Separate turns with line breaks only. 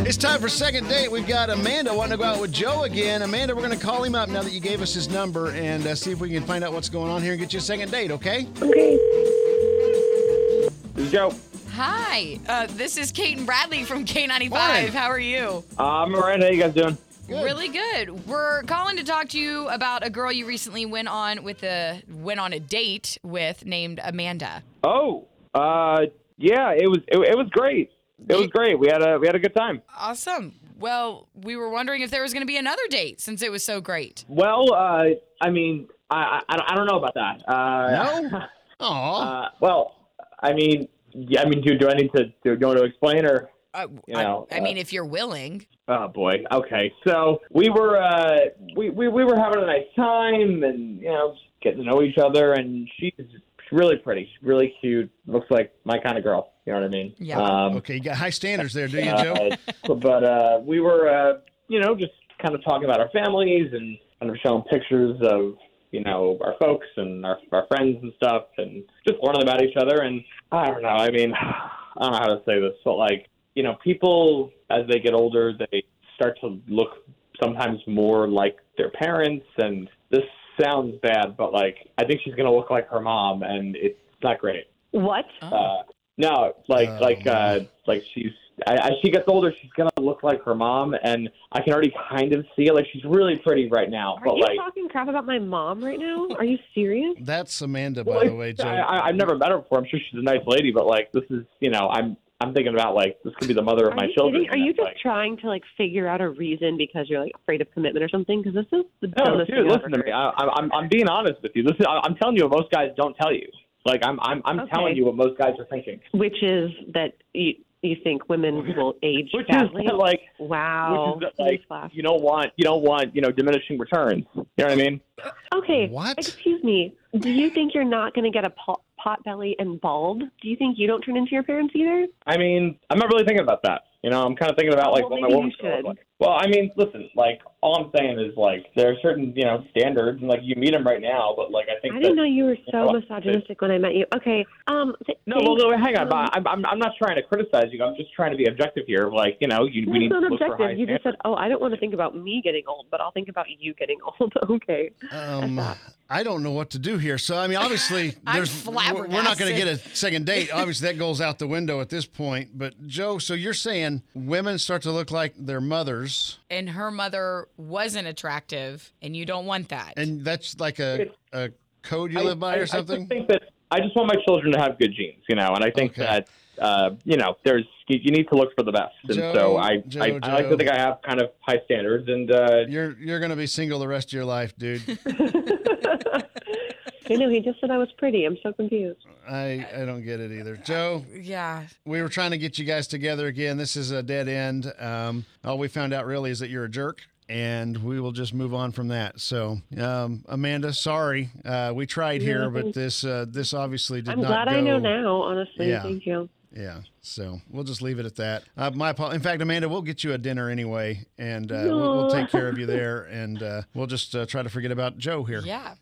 It's time for second date. We've got Amanda wanting to go out with Joe again. Amanda, we're going to call him up now that you gave us his number and uh, see if we can find out what's going on here and get you a second date, okay?
Okay.
This is Joe.
Hi, uh, this is Kate and Bradley from K95.
Morning.
How are you?
Uh, I'm Miranda. How you guys doing?
Good.
Really good. We're calling to talk to you about a girl you recently went on with a went on a date with named Amanda.
Oh, uh, yeah. It was it, it was great. It was great. We had a we had a good time.
Awesome. Well, we were wondering if there was going to be another date since it was so great.
Well, uh, I mean, I, I I don't know about that. Uh,
No? Aw.
Uh, well, I mean, yeah, I mean, do do I need to do you want to explain or?
Uh,
You
I-
know,
I,
uh,
mean, if you're willing.
Oh boy. Okay. So we were uh, we, we we were having a nice time and you know just getting to know each other and she's really pretty, she's really cute, looks like my kind of girl. You know what I mean?
Yeah.
Um,
okay, you got high standards there, do you, Joe?
Uh, but uh, we were, uh, you know, just kind of talking about our families and kind of showing pictures of, you know, our folks and our, our friends and stuff and just learning about each other. And I don't know. I mean, I don't know how to say this, but like, you know, people as they get older, they start to look sometimes more like their parents. And this sounds bad, but like, I think she's going to look like her mom, and it's not great.
What?
Oh.
Uh, no, like
Oh,
like uh,
man.
like she's I- as she gets older, she's gonna look like her mom, and I can already kind of see it. Like she's really pretty right now,
Are
but
you
like
talking crap about my mom right now? Are you serious?
That's Amanda, by
well,
the way, Joe.
I, I, I've never met her before. I'm sure she's a nice lady, but like this is you know I'm I'm thinking about like this could be the mother of
Are
my
you
children.
kidding? Are you
and,
just
like,
trying to like figure out a reason because you're like afraid of commitment or something? Because this is the
no,
dumbest
dude,
thing I've
listen to
ever
me.
heard.
I, I'm I'm- I'm being honest with you. This is, I, I'm telling you what most guys don't tell you. Like I'm I'm I'm
Okay.
telling you what most guys are thinking,
Which is that you you think women will age
which
badly?
is like
wow.
which is that, like
Newsflash.
you don't want you don't want you know diminishing returns. You know what I mean?
Okay.
What?
Excuse me. Do you think you're not going to get a pot, pot belly and bald? Do you think you don't turn into your parents either?
I mean, I'm not really thinking about that. You know, I'm kind of thinking about like
Well,
what my
maybe
woman's
you
gonna
should.
look like. Well, I mean, listen, like all I'm saying is like there are certain you know standards, and like you meet them right now, but like I think
I
that,
didn't know you were so
Well,
misogynistic when I met you. Okay. Um. th-
No,
thank-
well, no, hang on. But I'm, I'm I'm not trying to criticize you. I'm just trying to be objective here. Like you know, you we
That's
need
not
to look for high
objective. You just
standards.
said, "Oh, I don't want to think about me getting old, but I'll think about you getting old." okay.
Um,
I thought-
I don't know what to do here. So I mean, obviously,
I'm
there's we're we're not going to
flabbergasted.
get a second date. Obviously, that goes out the window at this point. But Joe, so you're saying women start to look like their mothers,
And her mother wasn't attractive, and you don't want that.
and that's like a a code you
I-
live by
I-
or
I
something.
just think that I just want my children to have good genes, you know, and I think
Okay.
that uh, you know, there's you, you need to look for the best, and
Joe,
so I,
Joe,
I I like
Joe.
to think I have kind of high standards, and uh,
You're you're going to be single the rest of your life, dude.
I know he just said I was pretty. I'm so confused.
I I don't get it either. Joe,
yeah.
we were trying to get you guys together again. This is a dead end. Um, all we found out really is that you're a jerk, and we will just move on from that. So, um, Amanda, sorry, uh, we tried here, but this uh, this obviously did
I'm
not.
glad I know
go-
now. Honestly,
Yeah.
thank you.
Yeah, so we'll just leave it at that. Uh, my apo- In fact, Amanda, we'll get you a dinner anyway, and uh, we'll, we'll
No.
take care of you there, and uh, we'll just uh, try to forget about Joe here.
Yeah.